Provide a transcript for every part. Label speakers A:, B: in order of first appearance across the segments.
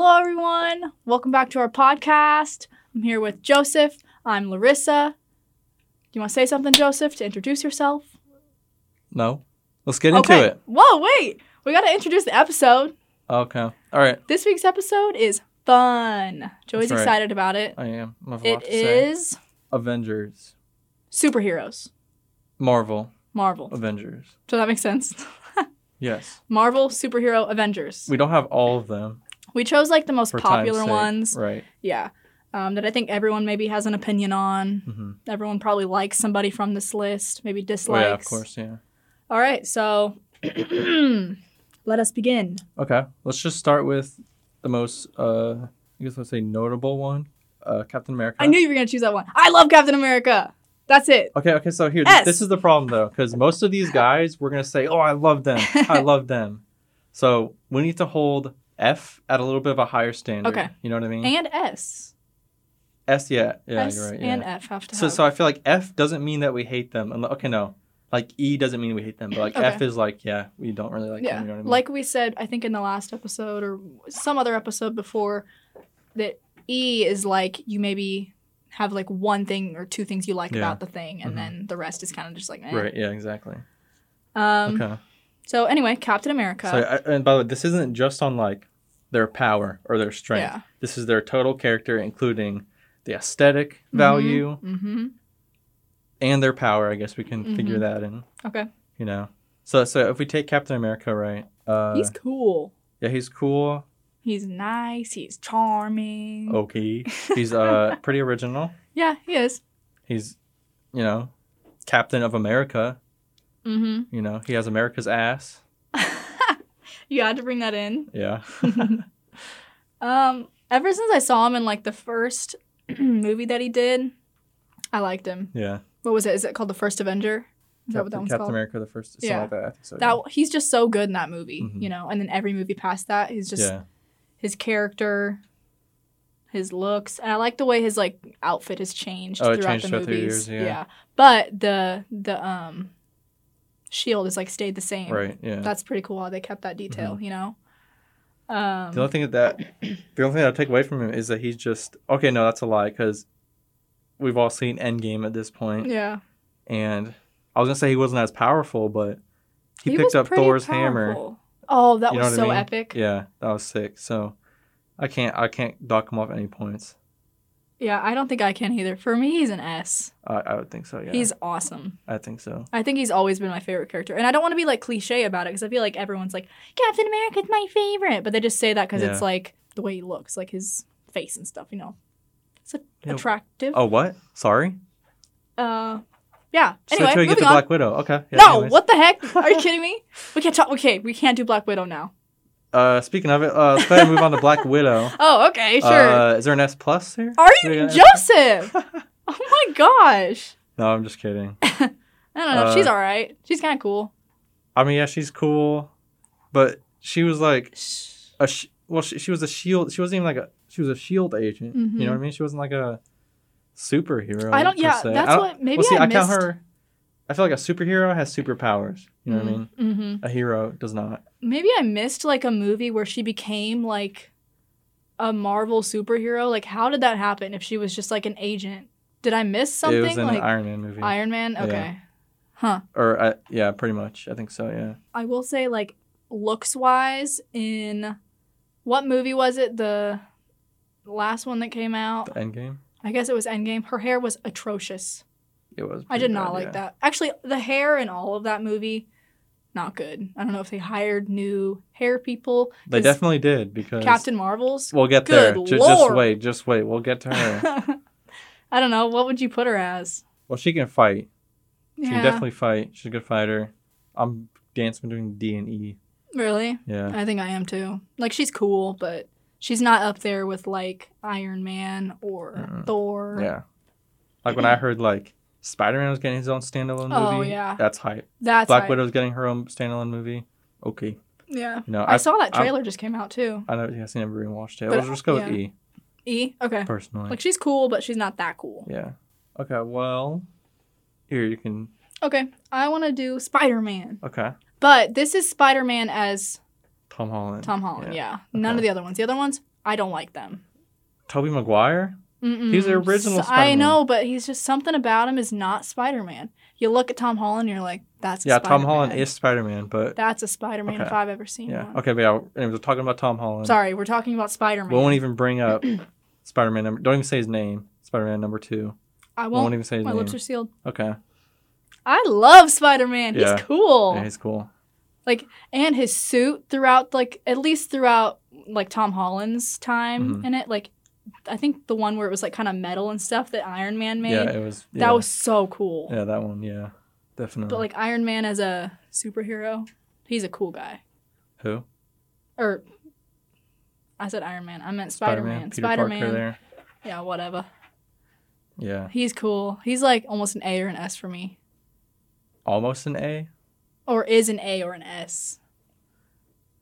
A: everyone. Welcome back to our podcast. I'm here with Joseph. I'm Larissa. Do you want to say something, Joseph, to introduce yourself?
B: No. Let's get into it.
A: Whoa, wait. We got to introduce the episode.
B: Okay. All right.
A: This week's episode is fun. Joey's
B: That's right.
A: excited about it.
B: I am. I have a lot
A: It
B: to say.
A: is
B: Avengers.
A: superheroes,
B: Marvel. Oh,
A: Marvel.
B: Avengers.
A: So that makes sense.
B: Yes.
A: Marvel, superhero, Avengers.
B: We don't have all of them.
A: We chose like the most
B: For time's
A: popular
B: sake.
A: ones.
B: Right.
A: Yeah. Um, that I think everyone maybe has an opinion on.
B: Mm-hmm.
A: Everyone probably likes somebody from this list, maybe
B: Oh,
A: dislikes.
B: yeah, of course. Yeah.
A: All right, so let us begin.
B: Okay. Let's just start with the most, uh, I guess I'll say notable one uh, Captain America.
A: I knew you were going to choose that one. I love Captain America. That's it.
B: Okay, okay, so here,
A: S.
B: this is the problem though, because most of these guys, we're going to say, oh, I love them. I love them. So we need to hold F at a little bit of a higher standard.
A: Okay.
B: You know what I mean?
A: And S.
B: S, yeah. Mm-hmm. Yeah,
A: S
B: you're right. Yeah.
A: and F have to
B: So,
A: have.
B: so I feel like F doesn't mean that we hate them. Unless, okay, no. Like E doesn't mean we hate them, but like
A: Okay.
B: F is like, yeah, we don't really like
A: yeah.
B: them. You know what I mean?
A: Like we said, I think in the last episode or some other episode before, that E is like you maybe have like one thing or two things you like
B: Yeah.
A: about the thing, and
B: Mhm.
A: then the rest is kind of just like, eh.
B: right? Yeah, exactly.
A: Um,
B: okay.
A: So anyway, Captain America.
B: So, I, and by the way, this isn't just on like their power or their strength.
A: Yeah.
B: This is their total character, including the aesthetic
A: Mm-hmm.
B: value
A: hmm
B: and their power. I guess we can figure that in.
A: Mm-hmm. Okay.
B: You know. So, so if we take Captain America, right? Uh,
A: he's cool.
B: yeah, he's cool.
A: He's nice. He's charming.
B: Oh. Okay. He's uh pretty original.
A: Yeah, he is.
B: He's, you know, Captain of America.
A: Mm-hmm.
B: You know, he has America's ass.
A: You had to bring that in.
B: Yeah.
A: Um, ever since I saw him in like the first movie that he did, I liked him.
B: Yeah.
A: What was it? Is it called The First Avenger? Is that
B: Captain,
A: what that one's
B: Captain
A: called?
B: America the first. Something
A: Yeah.
B: like that. I think so. yeah.
A: That he's just so good in that movie,
B: Mhm.
A: you know. And then every movie past that, he's just
B: yeah.
A: his character, his looks, and I like the way his like outfit has changed
B: Oh, it
A: throughout
B: changed
A: the
B: throughout
A: movies.
B: the years, yeah.
A: But the the um shield has like stayed the same.
B: Right. Yeah. Mm-hmm.
A: That's pretty cool how they kept that detail, you know. Um
B: the only thing that, that the only thing I take away from him is that he's just okay. No, that's a lie because we've all seen Endgame at this point,
A: Yeah.
B: and I was gonna say he wasn't as powerful, but he,
A: was
B: picked up
A: pretty
B: Thor's hammer.
A: powerful. Oh, that
B: You know
A: was
B: what I
A: so
B: mean?
A: epic. Yeah.
B: Yeah, that was sick. So I can't I can't dock him off any points.
A: I don't think I can either. For me, he's an S.
B: I, I would think so. Yeah,
A: He's awesome.
B: I think so.
A: I think he's always been my favorite character. And I don't want to be like cliche about it because I feel like everyone's like, Captain America's my favorite. But they just say that because it's
B: Yeah.
A: like the way he looks, like his face and stuff, you know. It's a-
B: Yeah.
A: attractive.
B: Oh what? Sorry.
A: Uh, yeah.
B: Just
A: Anyway,
B: wait till you
A: moving
B: get to
A: on.
B: Black Widow. Okay. yeah,
A: no,
B: anyways.
A: what the heck? Are you kidding me? We can't talk. Okay, we can't do Black Widow now.
B: Uh, speaking of it, uh, let's go ahead and move on to Black Widow.
A: Oh, okay, sure. Oh.
B: Uh, is there an S plus here?
A: Are you
B: Yeah.
A: Joseph? oh my gosh.
B: No, I'm just kidding.
A: I don't know. She's
B: Uh,
A: all right. She's kind of cool.
B: I mean, yeah, she's cool, but she was like
A: Shh.
B: a sh- well, she, she was a shield. She wasn't even like a she was a shield agent. You
A: Mhm.
B: know what I mean? She wasn't like a superhero.
A: I don't.
B: per
A: Yeah,
B: se.
A: that's
B: I don't-
A: what. Maybe
B: well, see,
A: I,
B: I,
A: missed.
B: count her. I feel like a superhero has superpowers. You know what I mean?
A: hmm
B: A hero does not.
A: Maybe I missed like a movie where she became like a Marvel superhero. Like, how did that happen? If she was just like an agent, did I miss something?
B: it was in
A: like
B: an Iron Man movie,
A: Iron Man.
B: Yeah.
A: Okay. Huh.
B: or uh, yeah, pretty much. I think so. Yeah.
A: I will say, like, looks wise, in what movie was it? The last one that came out.
B: The Endgame.
A: I guess it was Endgame. Her hair was atrocious.
B: It was.
A: I
B: pretty
A: did
B: bad,
A: not like
B: yeah.
A: that. Actually, the hair in all of that movie, not good. I don't know if they hired new hair people.
B: They
A: 'cause
B: definitely did because
A: Captain Marvel's.
B: We'll get there.
A: Good
B: Ju- just
A: lord.
B: wait. Just wait. We'll get to her.
A: I don't know. What would you put her as?
B: well, she can fight. She
A: Yeah,
B: can definitely fight. She's a good fighter. I'm dance between D and E.
A: really.
B: Yeah.
A: I think I am too. Like she's cool, but she's not up there with like Iron Man or
B: Mm-mm.
A: Thor.
B: Yeah. Like when I heard like Spider Man was getting his own standalone
A: Oh,
B: movie.
A: yeah.
B: That's hype.
A: That's
B: Black
A: I-
B: Widow's getting her own standalone movie. Okay.
A: Yeah,
B: You know,
A: I,
B: I,
A: saw that
B: I'm-
A: trailer just came out too.
B: I, know you guys never even watched it.
A: But,
B: Let's just go
A: yeah.
B: with E
A: E. Okay.
B: personally.
A: Like she's cool, but she's not that cool.
B: yeah. Okay. Well, here you can.
A: Okay, I want to do Spider Man,
B: Okay.
A: but this is Spider Man as
B: Tom Holland.
A: Tom Holland. Yeah,
B: Yeah.
A: none
B: Okay.
A: of the other ones. The other ones I don't like them.
B: Toby Maguire?
A: Mm-mm.
B: He's the original
A: S- I
B: Spider-Man.
A: know, but he's just something about him is not Spider Man. You look at Tom Holland, you're like, that's a
B: Yeah, Tom
A: Spider-Man.
B: Holland is Spider Man, but
A: That's a Spider Man
B: Okay.
A: if I've ever seen
B: yeah.
A: one.
B: Okay, but yeah, anyways, we're talking about Tom Holland.
A: Sorry, we're talking about Spider
B: We
A: Man.
B: won't even bring up Spider Man number don't even say his name. Spider Man number two.
A: I
B: We won't,
A: won't.
B: even say his
A: My
B: name.
A: lips are sealed.
B: Okay.
A: I love Spider Man.
B: Yeah.
A: He's cool.
B: Yeah, he's cool.
A: and his suit throughout like at least throughout like Tom Holland's time
B: Mhm.
A: in it like I think the one where it was like kind of metal and stuff that Iron Man made
B: Yeah, it was yeah.
A: that was so cool
B: Yeah, that one, yeah. Definitely.
A: but like Iron Man as a superhero he's a cool guy
B: Who?
A: or I said Iron Man I meant Spider-Man
B: Spider-Man, Peter Parker
A: Spider-Man
B: there.
A: yeah whatever
B: Yeah.
A: he's cool he's like almost an A or an S for me
B: Almost an A?
A: or is an A or an S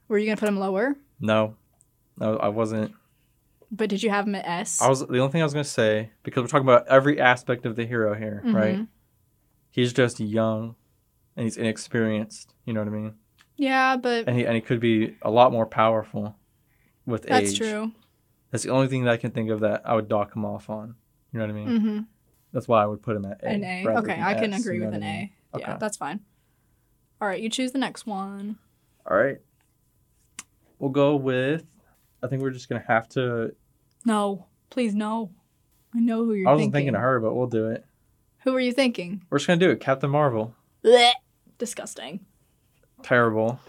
A: were you gonna put him lower
B: No. No, I wasn't.
A: but did you have him at S
B: I was the only thing I was gonna say, because we're talking about every aspect of the hero here, right?
A: Mhm.
B: He's just young and he's inexperienced, you know what I mean?
A: yeah but
B: And he and he could be a lot more powerful with
A: that's
B: age.
A: true
B: That's the only thing that I can think of that I would dock him off on. You know what I mean?
A: mm-hmm
B: That's why I would put him at A.
A: An A.
B: rather
A: Okay,
B: than
A: I can
B: S,
A: agree
B: you know
A: with
B: what
A: an
B: I mean?
A: A. Yeah,
B: Okay.
A: that's fine. All right, you choose the next one.
B: All right. We'll go with. I think we're just gonna have to.
A: No, please no. I know who you're
B: I wasn't
A: thinking.
B: thinking of her, but we'll do it.
A: Who are you thinking?
B: We're just gonna do it. Captain Marvel.
A: Blech. Disgusting.
B: Terrible.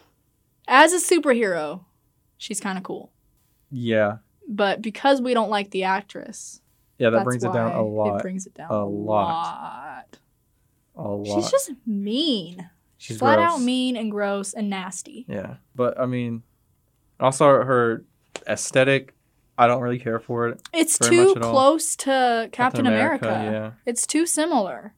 A: As a superhero, she's kind of cool.
B: Yeah.
A: But because we don't like the actress,
B: Yeah, that
A: that's
B: brings it down
A: why
B: a lot.
A: It brings it down
B: A
A: a,
B: lot.
A: lot.
B: a lot.
A: She's just mean.
B: She's
A: Flat
B: gross.
A: out mean and gross and nasty.
B: Yeah, but I mean, also her aesthetic. I don't really care for it.
A: It's
B: Very
A: too
B: much at all.
A: close to Captain, America. It's too similar.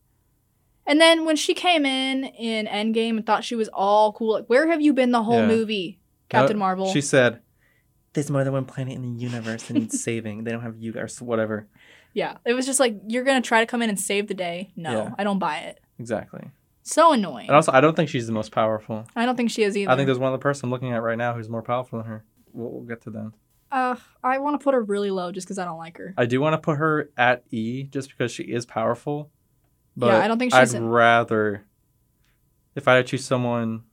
A: And then when she came in in Endgame and thought she was all cool, like, where have you been the whole
B: Yeah.
A: movie, Captain
B: No,
A: Marvel?
B: Yeah. She said, "There's more than one planet in the universe that needs saving. They don't have you or s- whatever."
A: yeah, it was just like you're gonna try to come in and save the day. No,
B: Yeah.
A: I don't buy it.
B: Exactly.
A: So annoying.
B: And also, I don't think she's the most powerful.
A: I don't think she is either.
B: I think there's one other person I'm looking at right now who's more powerful than her. We'll, we'll get to them.
A: uh, I want to put her really low just because I don't like her.
B: I do want to put her at E just because she is powerful. But
A: yeah, I don't think
B: I'd
A: she's. in-
B: rather, if I had to choose someone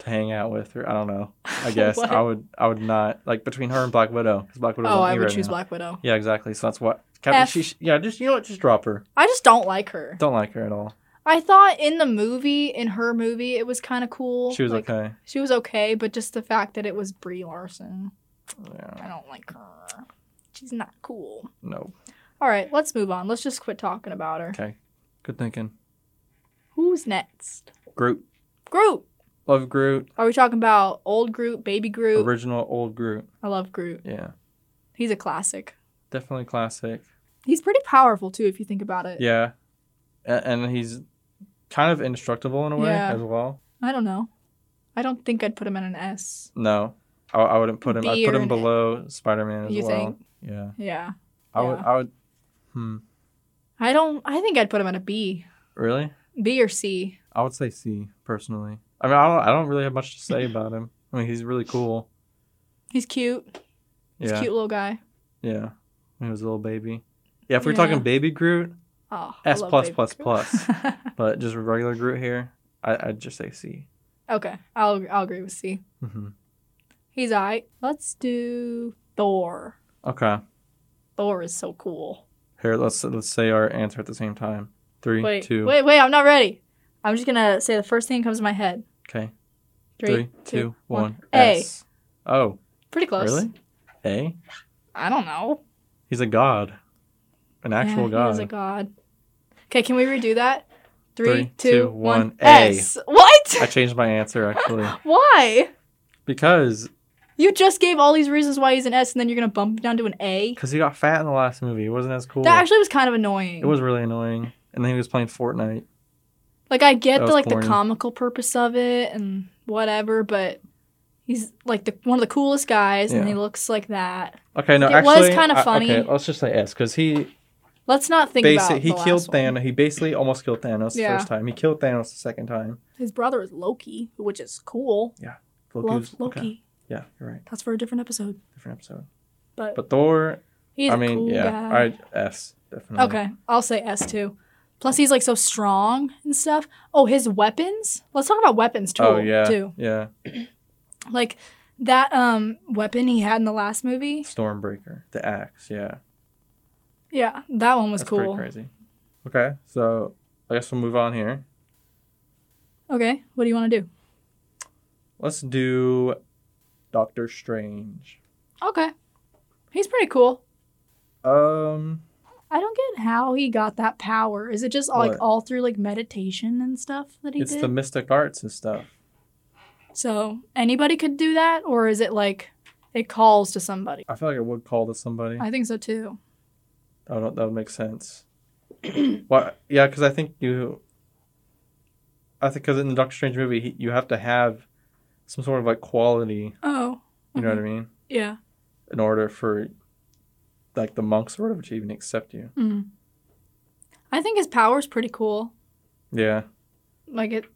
B: to hang out with, or I don't know, I guess
A: What?
B: I would. I would not like between her and Black Widow because Black Widow. E
A: oh, I would choose Black Widow.
B: Yeah, exactly. So that's what. Captain,
A: F.
B: she, she- yeah, just you know what, just drop her.
A: I just don't like her.
B: Don't like her at all.
A: I thought in the movie, in her movie, it was kind of cool.
B: She was
A: Like,
B: okay.
A: She was okay, but just the fact that it was Brie Larson,
B: Yeah,
A: I don't like her. She's not cool.
B: no.
A: All right, let's move on. Let's just quit talking about her.
B: Okay, good thinking.
A: Who's next?
B: Groot,
A: Groot.
B: love Groot.
A: Are we talking about old Groot, baby Groot?
B: Original old Groot.
A: I love Groot.
B: Yeah,
A: He's a classic.
B: definitely classic.
A: He's pretty powerful too, if you think about it.
B: Yeah, A- and he's kind of indestructible in a way
A: Yeah.
B: as well.
A: I don't know. I don't think I'd put him in an S.
B: No, I, I wouldn't put him.
A: B
B: I'd put
A: or
B: him
A: an-
B: below Spider Man as
A: You
B: well.
A: think?
B: Yeah,
A: Yeah.
B: I would.
A: Yeah.
B: I would. Hmm.
A: I don't. I think I'd put him in a B,
B: Really?
A: B or C.
B: I would say C personally. I mean, I don't. I don't really have much to say about him. I mean, he's really cool.
A: He's cute. He's
B: Yeah.
A: a cute little guy.
B: Yeah. When he was a little baby. Yeah. If we're
A: Yeah.
B: talking baby Groot,
A: Oh,
B: S plus plus
A: plus.
B: but just regular Groot here, I, I'd just say C.
A: okay, I'll I'll agree with C.
B: Mm-hmm.
A: He's alright. Let's do Thor.
B: Okay.
A: Thor is so cool.
B: Here, let's let's say our answer at the same time. Three, two,
A: Wait, wait, wait, I'm not ready. I'm just gonna say the first thing that comes to my head.
B: Okay.
A: Three, two, one.
B: one.
A: A.
B: S. Oh,
A: Pretty close.
B: really? A.
A: I don't know.
B: He's a god. An actual
A: Yeah,
B: god.
A: He is a god. Okay, can we redo that? Three, two, one.
B: A.
A: S. What?
B: I changed my answer actually
A: Why?
B: because
A: You just gave all these reasons why he's an S, and then you're gonna bump him down to an A.
B: because he got fat in the last movie. It wasn't as cool.
A: That actually was kind of annoying.
B: it was really annoying. And then he was playing Fortnite.
A: like I
B: that
A: get the
B: was
A: like
B: corny.
A: the comical purpose of it and whatever, but he's like the one of the coolest guys, and
B: Yeah.
A: he looks like that.
B: Okay, no,
A: It was
B: actually,
A: kinda
B: I-
A: funny.
B: okay, let's just say S because he
A: Let's not think
B: basically
A: about
B: he
A: the
B: killed
A: last one.
B: Thanos. He basically almost killed Thanos the
A: Yeah.
B: first time. He killed Thanos the second time.
A: His brother is Loki, which is cool.
B: Loki was-
A: Love Loki.
B: Yeah, you're right.
A: That's for a different episode.
B: Different episode.
A: but,
B: But Thor,
A: he's
B: I
A: a
B: mean,
A: cool
B: yeah,
A: guy.
B: I S definitely.
A: okay, I'll say S too. Plus, he's like so strong and stuff. Oh, his weapons. Let's talk about weapons too.
B: Oh yeah,
A: too.
B: yeah.
A: Like that um weapon he had in the last movie.
B: Stormbreaker, the axe. Yeah,
A: Yeah, that one was
B: that's pretty
A: cool.
B: crazy. Okay, so I guess we'll move on here.
A: Okay, what do you want to do?
B: Let's do Doctor Strange.
A: Okay, he's pretty cool.
B: Um,
A: I don't get how he got that power. Is it just like
B: What?
A: all through like meditation and stuff that he
B: it's
A: did?
B: the mystic arts and stuff.
A: so anybody could do that, or is it like it calls to somebody?
B: I feel like I would call to somebody.
A: I think so too.
B: That would, that would make sense. well, yeah, because I think you. I think because in the Doctor Strange movie, he, you have to have some sort of like quality.
A: Oh,
B: You know
A: Mhm.
B: what I mean?
A: yeah.
B: In order for, like the monks sort of to even accept you.
A: Mm. I think his power's pretty cool.
B: Yeah,
A: Like it.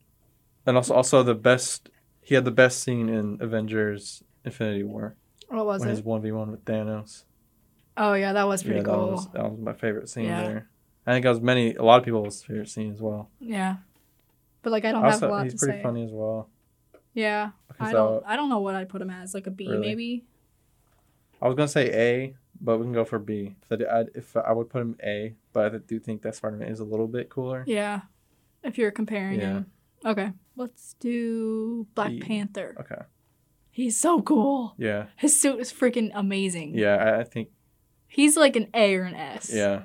B: and also also the best. He had the best scene in Avengers: Infinity War
A: What was
B: when
A: it?
B: his one v one with Thanos.
A: Oh yeah, that was pretty
B: yeah, that
A: cool.
B: was that was my favorite scene
A: Yeah.
B: there. I think that was many a lot of people's favorite scene as well.
A: Yeah, but like I don't have a
B: Also,
A: lot
B: he's
A: to
B: pretty
A: say.
B: funny as well.
A: Yeah,
B: Okay,
A: I
B: so-
A: don't. I don't know what I'd put him as. Like a B
B: Really?
A: maybe.
B: I was gonna say A, but we can go for B. If I, did- I'd- if I would put him A, but I do think that Spider Man is a little bit cooler.
A: Yeah, if you're comparing
B: Yeah.
A: him. Okay, let's do Black
B: E.
A: Panther.
B: Okay.
A: He's so cool.
B: Yeah.
A: His suit is freaking amazing.
B: Yeah. I, I think.
A: He's like an A or an S.
B: Yeah.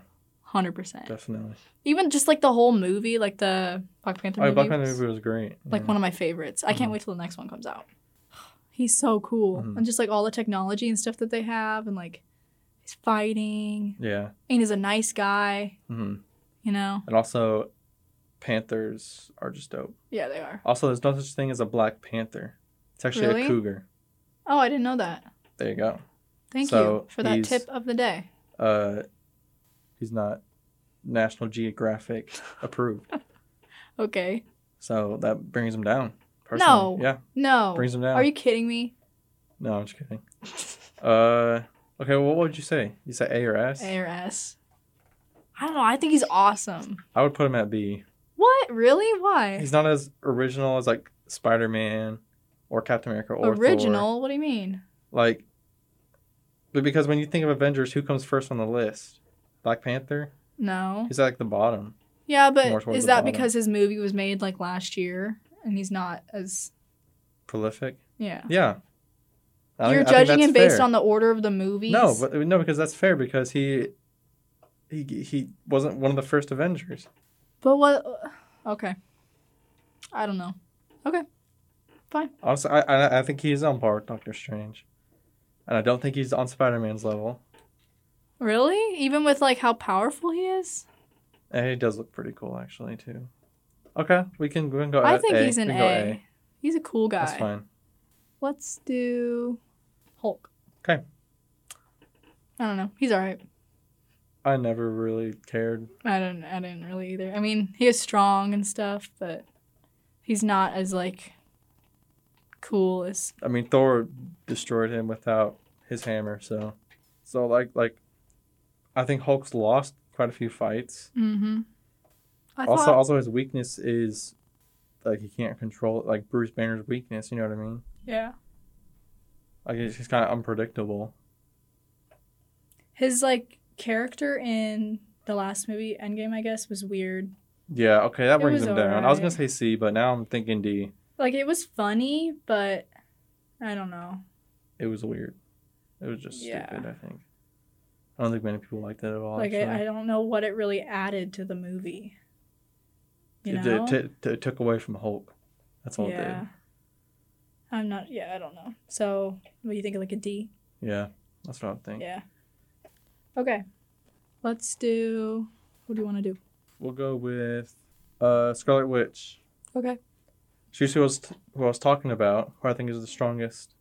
A: 100%.
B: Definitely.
A: Even just like the whole movie, like the Black Panther
B: Oh,
A: movie.
B: Black Panther
A: was,
B: movie was great.
A: Like
B: yeah. Mm-hmm.
A: one of my favorites. I can't wait till the next one comes out. He's so cool.
B: Mhm.
A: And just like all the technology and stuff that they have and like he's fighting
B: Yeah.
A: and he's a nice guy,
B: hmm
A: you know?
B: And also, panthers are just dope.
A: Yeah, they are.
B: Also, there's no such thing as a black panther. It's actually
A: Really?
B: a cougar.
A: Oh, I didn't know that.
B: There you go.
A: Thank you
B: So,
A: for that
B: he's-
A: tip of the day.
B: Uh, he's not National Geographic approved.
A: Okay.
B: So that brings him down. Personally.
A: No.
B: Yeah.
A: No.
B: Brings him down.
A: Are you kidding me?
B: No, I'm just kidding. Uh, okay. Well, what would you say? You say A or S? I
A: A or S? I don't know. I think he's awesome.
B: would put him at B.
A: What? Really? Why?
B: He's not as original as like Spider Man or Captain America or Thor.
A: Original? What do you mean?
B: Like, but because when you think of Avengers, who comes first on the list? Black Panther.
A: No.
B: He's at like the bottom.
A: Yeah,
B: More
A: but
B: towards
A: is
B: the
A: that
B: bottom.
A: because his movie was made like last year and he's not as
B: Prolific.
A: yeah.
B: Yeah. Oh, I
A: You're
B: think- I think
A: judging
B: that's
A: him based
B: fair.
A: on the order of the movies.
B: No, but no, because that's fair because he. He, he wasn't one of the first Avengers.
A: but what? Okay, I don't know.
B: Honestly, I, I I think he's on par with Doctor Strange, and I don't think he's on Spider Man's level.
A: Really? Even with like how powerful he is,
B: And he does look pretty cool, actually, too. Okay, we can, we can go.
A: I
B: at
A: think
B: Uh, A.
A: he's an
B: We
A: A.
B: can go
A: He's a cool guy.
B: That's fine.
A: Let's do Hulk.
B: 'Kay.
A: I don't know. He's all right.
B: I never really cared.
A: I don't. I didn't really either. I mean, he is strong and stuff, but he's not as like cool as
B: I mean, Thor destroyed him without his hammer, so, so like like, I think Hulk's lost quite a few fights.
A: Mm-hmm. I
B: also,
A: thought,
B: also his weakness is, like he can't control like Bruce Banner's weakness. You know what I mean?
A: yeah.
B: Like he's, he's kind of unpredictable.
A: His like character in the last movie, Endgame, I guess, was weird.
B: Yeah. Okay, that
A: It
B: brings
A: was
B: him down. I was gonna
A: alright.
B: say C, but now I'm thinking D.
A: Like it was funny, but I don't know.
B: it was weird. It was just
A: Yeah.
B: stupid, I think. I don't think many people liked it at all.
A: like
B: actually.
A: I, I don't know what it really added to the movie. You
B: it,
A: know?
B: it, t- t- it took away from Hulk. That's all
A: yeah. I'm not. Yeah, I don't know. So, what do you think? Like a D?
B: it did. Yeah. That's what I would think.
A: Yeah. Okay. Let's do. What do you want to do?
B: We'll go with uh, Scarlet Witch.
A: Okay.
B: She's who I, was t- who I was talking about, who I think is the strongest.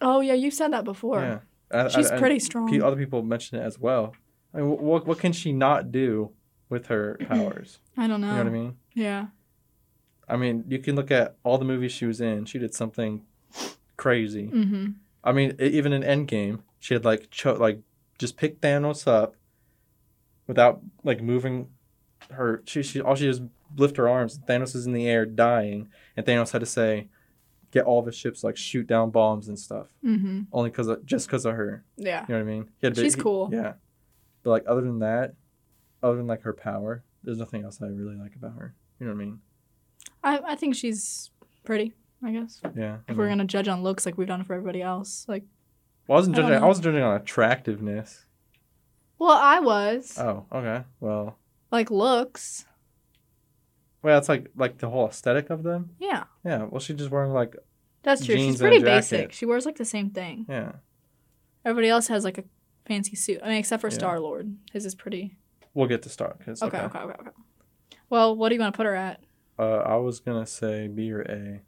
A: Oh yeah, you've said that before.
B: Yeah. I- I-
A: She's
B: and
A: pretty strong.
B: pe- other people mentioned it as well. I mean, wh- what, what can she not do with her powers?
A: I don't know.
B: You know what I mean?
A: Yeah.
B: I mean, you can look at all the movies she was in. She did something crazy.
A: Mm-hmm.
B: I mean, e- even in Endgame, she had like cho- like just picked Thanos up without like moving her. She she all she does is lift her arms. Thanos is in the air dying, and Thanos had to say, "Get all the ships like shoot down bombs and stuff."
A: Mm-hmm.
B: Only because of just because of her.
A: Yeah.
B: You know what I mean? He had a
A: She's
B: he-
A: cool.
B: Yeah, but like other than that, other than like her power, there's nothing else I really like about her. You know what I mean?
A: I, I think she's pretty, I guess.
B: Yeah. I
A: If we're
B: mean-
A: going to judge on looks like we've done for everybody else. Like,
B: well, I wasn't
A: I don't
B: judging. I,
A: know.
B: was judging on attractiveness.
A: well, I was.
B: Oh, okay. Well,
A: like, looks.
B: well, that's like like the whole aesthetic of them.
A: Yeah.
B: Yeah. Well, she's just wearing like
A: That's true.
B: Jeans
A: She's
B: and a
A: pretty
B: jacket.
A: basic. She wears like the same thing.
B: yeah.
A: Everybody else has like a fancy suit. I mean, except for
B: Yeah.
A: Star Lord. His is pretty.
B: We'll get to Stark. 'cause-
A: Okay, okay, okay, okay. Well, what do you want to put her at?
B: Uh, I was gonna say B or A.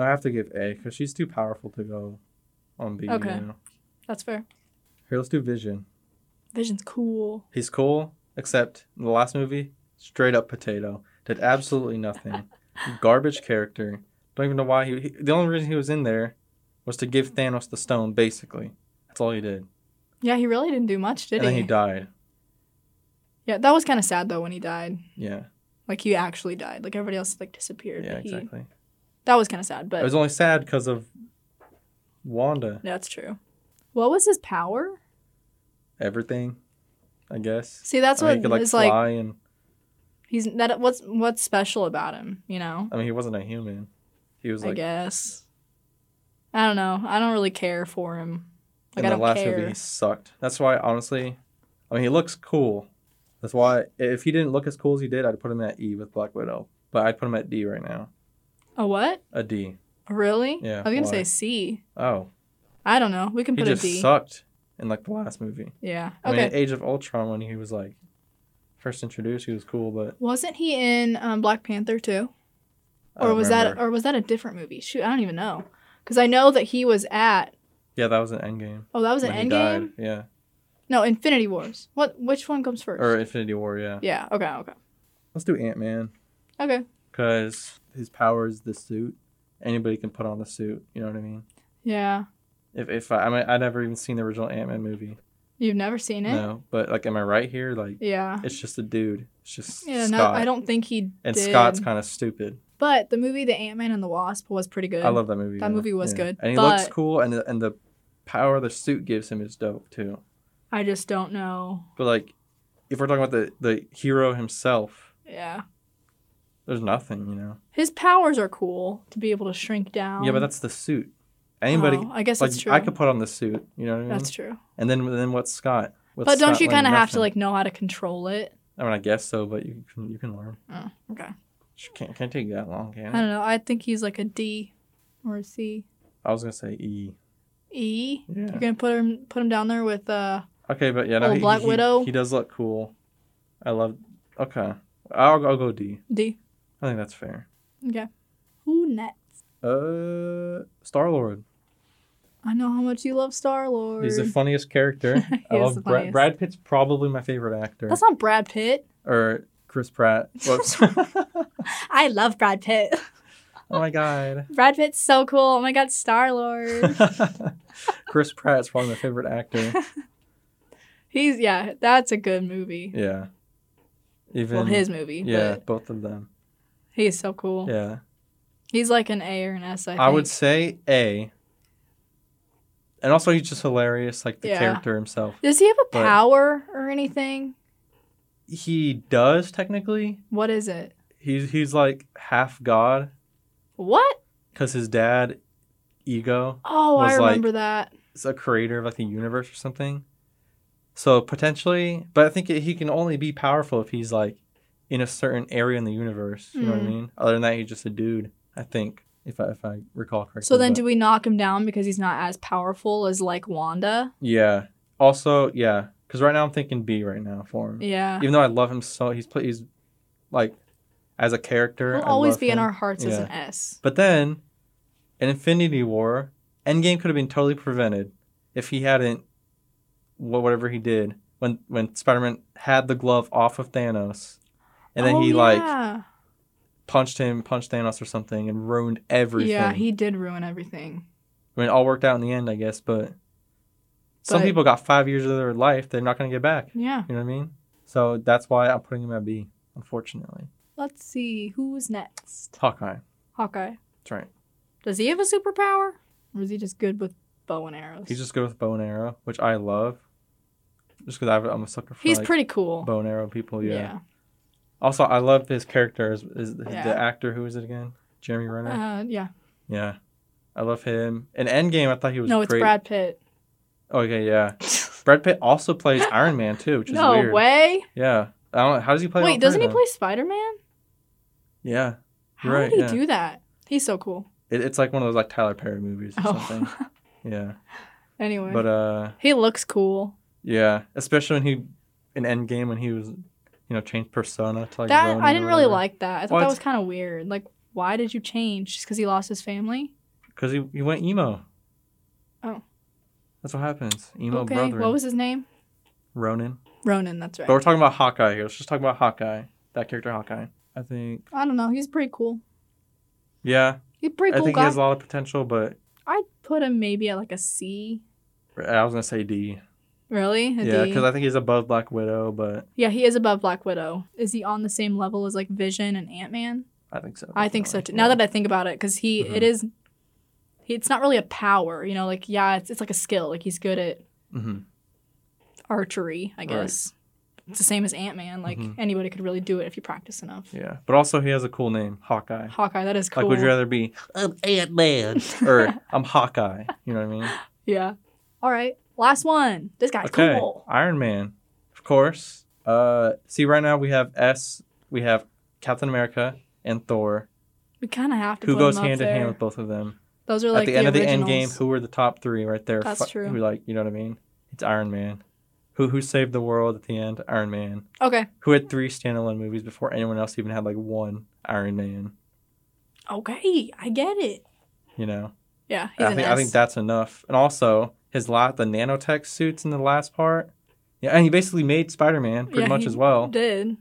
B: I have to give A because she's too powerful to go on B.
A: Okay.
B: You know?
A: That's fair.
B: Here, let's do Vision.
A: Vision's cool.
B: He's cool, except in the last movie, straight up potato. Did absolutely nothing. Garbage character. Don't even know why he, he. The only reason he was in there was to give Thanos the stone. Basically, that's all he did.
A: Yeah, he really didn't do much, did
B: and
A: he?
B: then he died.
A: yeah, that was kind of sad though when he died.
B: Yeah.
A: Like he actually died. Like everybody else like disappeared.
B: Yeah.
A: but he-
B: Exactly.
A: that was kind of sad,
B: It
A: but
B: was only sad because of Wanda.
A: that's true. What was his power?
B: Everything, I guess.
A: See, that's
B: I mean,
A: what
B: he could like
A: it's
B: fly,
A: like.
B: and
A: He's that. What's what's special about him? You know.
B: I mean, he wasn't a human. He was
A: I
B: like
A: guess. I don't know. I don't really care for him. Like
B: in
A: I
B: the
A: don't
B: last
A: care.
B: movie, he sucked. That's why, honestly, I mean, he looks cool. That's why, if he didn't look as cool as he did, I'd put him at E with Black Widow. But I'd put him at D right now.
A: A what?
B: A D.
A: Really?
B: Yeah,
A: I was gonna
B: why?
A: say C.
B: Oh,
A: I don't know. We can
B: he
A: put a
B: just
A: D.
B: sucked in like the last movie.
A: Yeah.
B: I
A: Okay.
B: mean, Age of Ultron when he was like first introduced, he was cool, but
A: Wasn't he in um, Black Panther too?
B: I
A: Or
B: don't
A: was
B: remember.
A: that or was that a different movie? Shoot, I don't even know. Cuz I know that he was at
B: yeah, that was an Endgame.
A: Oh, that was an
B: when he
A: Endgame?
B: died. Yeah,
A: No, Infinity Wars. What which one comes first?
B: or Infinity War. Yeah.
A: yeah, okay, okay.
B: Let's do Ant Man
A: Okay.
B: because his power is the suit. Anybody can put on the suit. You know what I mean?
A: Yeah.
B: If if I, I mean, I never even seen the original Ant Man movie.
A: You've never seen it?
B: No, but like, am I right here? Like,
A: Yeah.
B: it's just a dude. It's just
A: Yeah,
B: Scott.
A: no, I don't think he
B: and
A: did.
B: Scott's kind of stupid.
A: But the movie The Ant-Man and the Wasp was pretty good.
B: I love that movie.
A: That movie was good,
B: and he
A: but-
B: looks cool, and the, and the power the suit gives him is dope too.
A: I just don't know.
B: But like, if we're talking about the the hero himself,
A: Yeah.
B: there's nothing, you know.
A: His powers are cool to be able to shrink down.
B: yeah, but that's the suit. Anybody,
A: Oh, I guess
B: like,
A: that's true.
B: I could put on the suit. You know what I mean?
A: That's true.
B: And then then what's Scott? What's
A: but don't
B: Scott
A: you
B: learn?
A: kind of have to
B: Nothing.
A: like know how to control it?
B: I mean, I guess so, but you can you can learn.
A: Oh, okay.
B: Sh- Can't can't take that long, can
A: I
B: it?
A: don't know. I think he's like a D or a C.
B: I was gonna say E.
A: E.
B: Yeah.
A: You're gonna put him put him down there with uh
B: Okay, but yeah, no,
A: Oh,
B: he,
A: Black
B: he-
A: Widow?
B: He does look cool. I love. Okay, I'll I'll go D.
A: D.
B: I think that's fair.
A: Okay. Who next?
B: Uh, Star Lord.
A: I know how much you love Star Lord.
B: He's the funniest character. I
A: is
B: love
A: the
B: Brad.
A: funniest.
B: Brad Pitt's probably my favorite actor.
A: That's not Brad Pitt.
B: or Chris Pratt. Whoops.
A: I love Brad Pitt.
B: oh my god.
A: Brad Pitt's so cool. Oh my god, Star Lord.
B: Chris Pratt's probably my favorite actor.
A: He's yeah, that's a good movie.
B: Yeah. Even
A: well, his movie.
B: Yeah,
A: But
B: both of them.
A: he's so cool.
B: Yeah.
A: He's like an A or an S. I, think.
B: I, would say A. And also, he's just hilarious, like the
A: Yeah.
B: character himself.
A: Does he have a
B: but-
A: power or anything?
B: He does technically.
A: What is it?
B: He's he's like half god
A: What?
B: because his dad, Ego,
A: Oh, I
B: Was, like-
A: remember that.
B: is a creator of like the universe or something. So potentially, but I think he can only be powerful if he's like in a certain area in the universe. You know what I
A: Mm.
B: mean? Other than that, he's just a dude. I think if I if I recall correctly.
A: So then,
B: but-
A: do we knock him down because he's not as powerful as like Wanda?
B: Yeah. Also, yeah, because right now I'm thinking B right now for him.
A: Yeah,
B: Even though I love him so, he's pl- he's like as a character.
A: he'll
B: I
A: always
B: love
A: be in
B: him.
A: our hearts as an
B: Yeah.
A: S.
B: But then, in Infinity War, Endgame could have been totally prevented if he hadn't, wha- whatever he did when when Spider Man had the glove off of Thanos, and then
A: Oh,
B: he like
A: yeah.
B: punched him, punched Thanos or something, and ruined everything.
A: yeah, he did ruin everything.
B: I mean, it all worked out in the end, I guess. But Some
A: But-
B: people got five years of their life they're not going to get back.
A: Yeah.
B: You know what I mean? So that's why I'm putting him at B, unfortunately.
A: Let's see who's next.
B: Hawkeye.
A: Hawkeye.
B: That's right.
A: Does he have a superpower, or is he just good with bow and arrows?
B: He's just good with bow and arrow, which I love. Just because I'm a sucker for
A: He's
B: like,
A: pretty cool.
B: bow and arrow people. Yeah. Also, I love his character. Is, is the-
A: Yeah.
B: the actor who is it again? Jeremy Renner.
A: Yeah. Uh, yeah.
B: Yeah, I love him. In Endgame, I thought he was
A: No, it's
B: great. Oh,
A: Brad Pitt.
B: Okay, yeah. Brad Pitt also plays Iron Man too, which is
A: no
B: weird.
A: way.
B: Yeah. I don't. How does he play? all
A: Wait,
B: three
A: doesn't he
B: then?
A: play Spider Man?
B: Yeah,
A: How
B: You're right,
A: did he
B: yeah.
A: do that? He's so cool.
B: it, it's like one of those like Tyler Perry movies or something.
A: Oh.
B: Yeah,
A: anyway,
B: but uh,
A: he looks cool.
B: yeah, especially when he in Endgame when he was, you know, changed persona to like.
A: that
B: Ronin
A: I
B: or
A: didn't really
B: whatever.
A: like that. I thought
B: Well,
A: that
B: it's-
A: was kind of weird. Like, why did you change? Just because he lost his family?
B: Because he, he went emo.
A: Oh.
B: That's what happens. Emo
A: okay,
B: brother.
A: what was his name?
B: Ronan?
A: Ronan. That's right.
B: But we're talking about Hawkeye here. Let's just talk about Hawkeye. That character Hawkeye. I think
A: I don't know. He's pretty cool.
B: yeah.
A: He's a pretty
B: I
A: cool
B: think
A: guy.
B: he has a lot of potential, but
A: I'd put him maybe at like a C.
B: I was gonna say D.
A: Really? A
B: Yeah,
A: D?
B: because I think he's above Black Widow, but
A: yeah, he is above Black Widow. Is he on the same level as like Vision and Ant Man?
B: I think so.
A: I think so too.
B: definitely.
A: Now that I think about it, because he it
B: Mhm.
A: is, he, it's not really a power. You know, like yeah, it's it's like a skill. Like he's good at
B: Mhm.
A: archery, I
B: Right.
A: guess. It's the same as Ant Man. Like
B: Mhm.
A: anybody could really do it if you practice enough.
B: yeah, but also he has a cool name, Hawkeye.
A: Hawkeye, that is cool.
B: Like, would you rather be I'm Ant Man or I'm Hawkeye? You know what I mean?
A: yeah. All right. Last one. This guy's
B: Okay,
A: cool.
B: Iron Man, of course. Uh, see, right now we have S, we have Captain America and Thor.
A: We kind of have to.
B: Who
A: put
B: goes
A: him up
B: hand in
A: there.
B: hand with both of them?
A: Those are like
B: At the, end of the end game,
A: originals.
B: who were the top three right there?
A: That's
B: Fu-
A: true.
B: Who like you know what I mean? It's Iron Man. Who who saved the world at the end? Iron Man.
A: Okay.
B: Who had three standalone movies before anyone else even had like one Iron Man?
A: Okay, I get it.
B: You know,
A: Yeah, he's
B: I
A: an
B: think I
A: S.
B: think that's enough. And also his lot the nanotech suits in the last part. Yeah, and he basically made Spider Man pretty
A: Yeah,
B: much
A: he
B: as well.
A: did.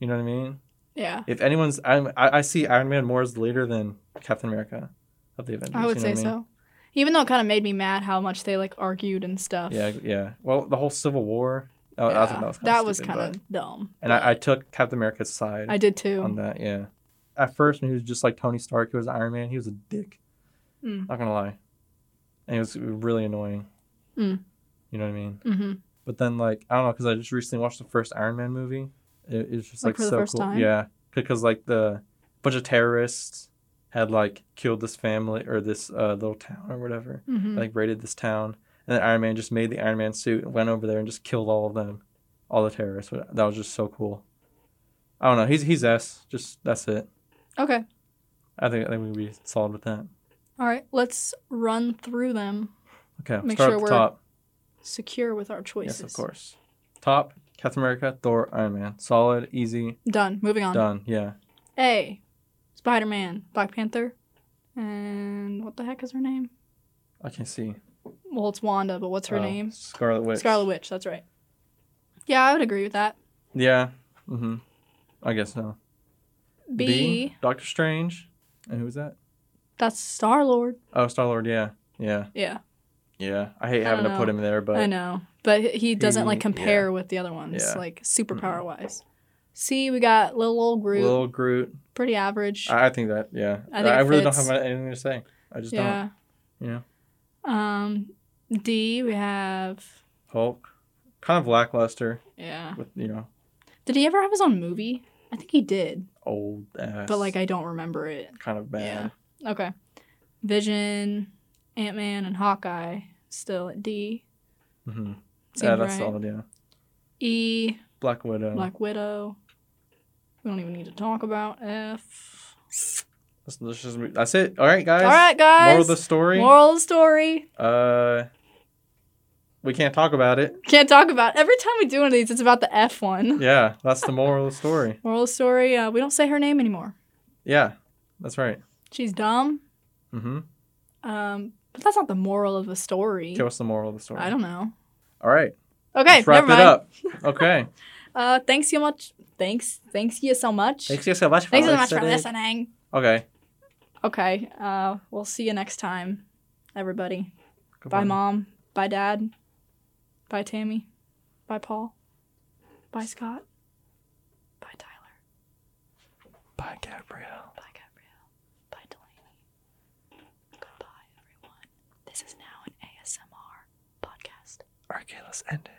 B: You know what I mean?
A: Yeah,
B: If anyone's, I'm, I, I see Iron Man more as later than Captain America of the Avengers.
A: I would
B: you
A: say
B: know what
A: so. Even though it kind of made me mad how much they like argued and stuff.
B: I mean? Yeah, yeah. Well, the whole Civil War. Oh, I
A: Yeah.
B: think that was kind
A: that
B: of
A: was kind of dumb.
B: And I, I took Captain America's side
A: I did
B: on
A: too.
B: that. Yeah. At first, when he was just like Tony Stark, he was Iron Man. He was a dick.
A: Mm.
B: Not gonna lie, and it was really annoying.
A: Mm.
B: You know what I mean?
A: Mm-hmm.
B: But then, like, I don't know, because I just recently watched the first Iron Man movie. It, it's just
A: Like,
B: like,
A: for the
B: so
A: first
B: cool.
A: time?
B: Yeah, because like the bunch of terrorists had like killed this family or this uh, little town or whatever,
A: Mm-hmm.
B: like raided this town, and then Iron Man just made the Iron Man suit and went over there and just killed all of them, all the terrorists. But That was just so cool. I don't know. He's he's S. Just that's it.
A: Okay.
B: I think I think we'd be solid with that.
A: All right. Let's run through them.
B: Okay,
A: Make
B: start
A: sure
B: at the
A: we're
B: top.
A: Secure with our choices.
B: Yes, of course. Top, Captain America, Thor, Iron Man. Solid, easy,
A: Done. Moving on.
B: done. Yeah.
A: A. Spider Man, Black Panther, and what the heck is her name?
B: I can see.
A: Well, it's Wanda, but what's her
B: Oh,
A: name?
B: Scarlet Witch.
A: Scarlet Witch. That's right. Yeah, I would agree with that.
B: Yeah. Mm-hmm. I guess so.
A: B.
B: Doctor Strange. And who was that?
A: That's Star Lord.
B: Oh, Star Lord. Yeah. Yeah.
A: Yeah,
B: Yeah. I hate
A: I
B: having
A: don't
B: to put
A: know.
B: him there, but
A: I know, but he- he doesn't like
B: He-
A: compare with the other ones,
B: Yeah. Mm-hmm.
A: like superpower wise. C. We got little old Groot.
B: little Groot.
A: Pretty average.
B: I, I think that. Yeah.
A: I think it
B: really
A: fits.
B: don't have anything to say. I just don't.
A: yeah.
B: Yeah.
A: Um. D. We have.
B: Hulk. Kind of lackluster
A: Yeah.
B: with you know
A: Did he ever have his own movie? I think he did,
B: old ass.
A: but like I don't remember it.
B: kind of bad.
A: Okay. Vision, Ant Man, and Hawkeye still at D.
B: Mm-hmm.
A: Seems
B: Yeah, that's
A: right.
B: solid. Yeah.
A: E,
B: Black Widow.
A: Black Widow. We don't even need to talk about F.
B: Let's- let's just move- That's it. All right, guys.
A: All right, guys.
B: Moral of the story.
A: Moral of the story.
B: Uh, we can't talk about it.
A: Can't talk about. Every time we do one of these, it's about the F one.
B: Yeah, that's the moral of the story.
A: Moral of the story. Uh, we don't say her name anymore.
B: Yeah, that's right.
A: She's dumb.
B: Mm-hmm.
A: Um, but that's not the moral of the story.
B: Okay, what's the moral of the story?
A: I don't know.
B: All right.
A: Okay,
B: let's wrap
A: never mind.
B: it up. Okay.
A: Uh, thanks so much. Thanks, thanks you so much.
B: Thanks you so much for
A: thanks so
B: listening.
A: much for listening.
B: Okay.
A: Okay. Uh, we'll see you next time, everybody.
B: Goodbye.
A: Bye, mom. Bye, dad. By Tammy. By Paul. By Scott. By Tyler.
B: Bye, Gabrielle.
A: By Gabrielle. By Delaney. Goodbye, everyone. This is now an ASMR podcast.
B: Okay, let's end it.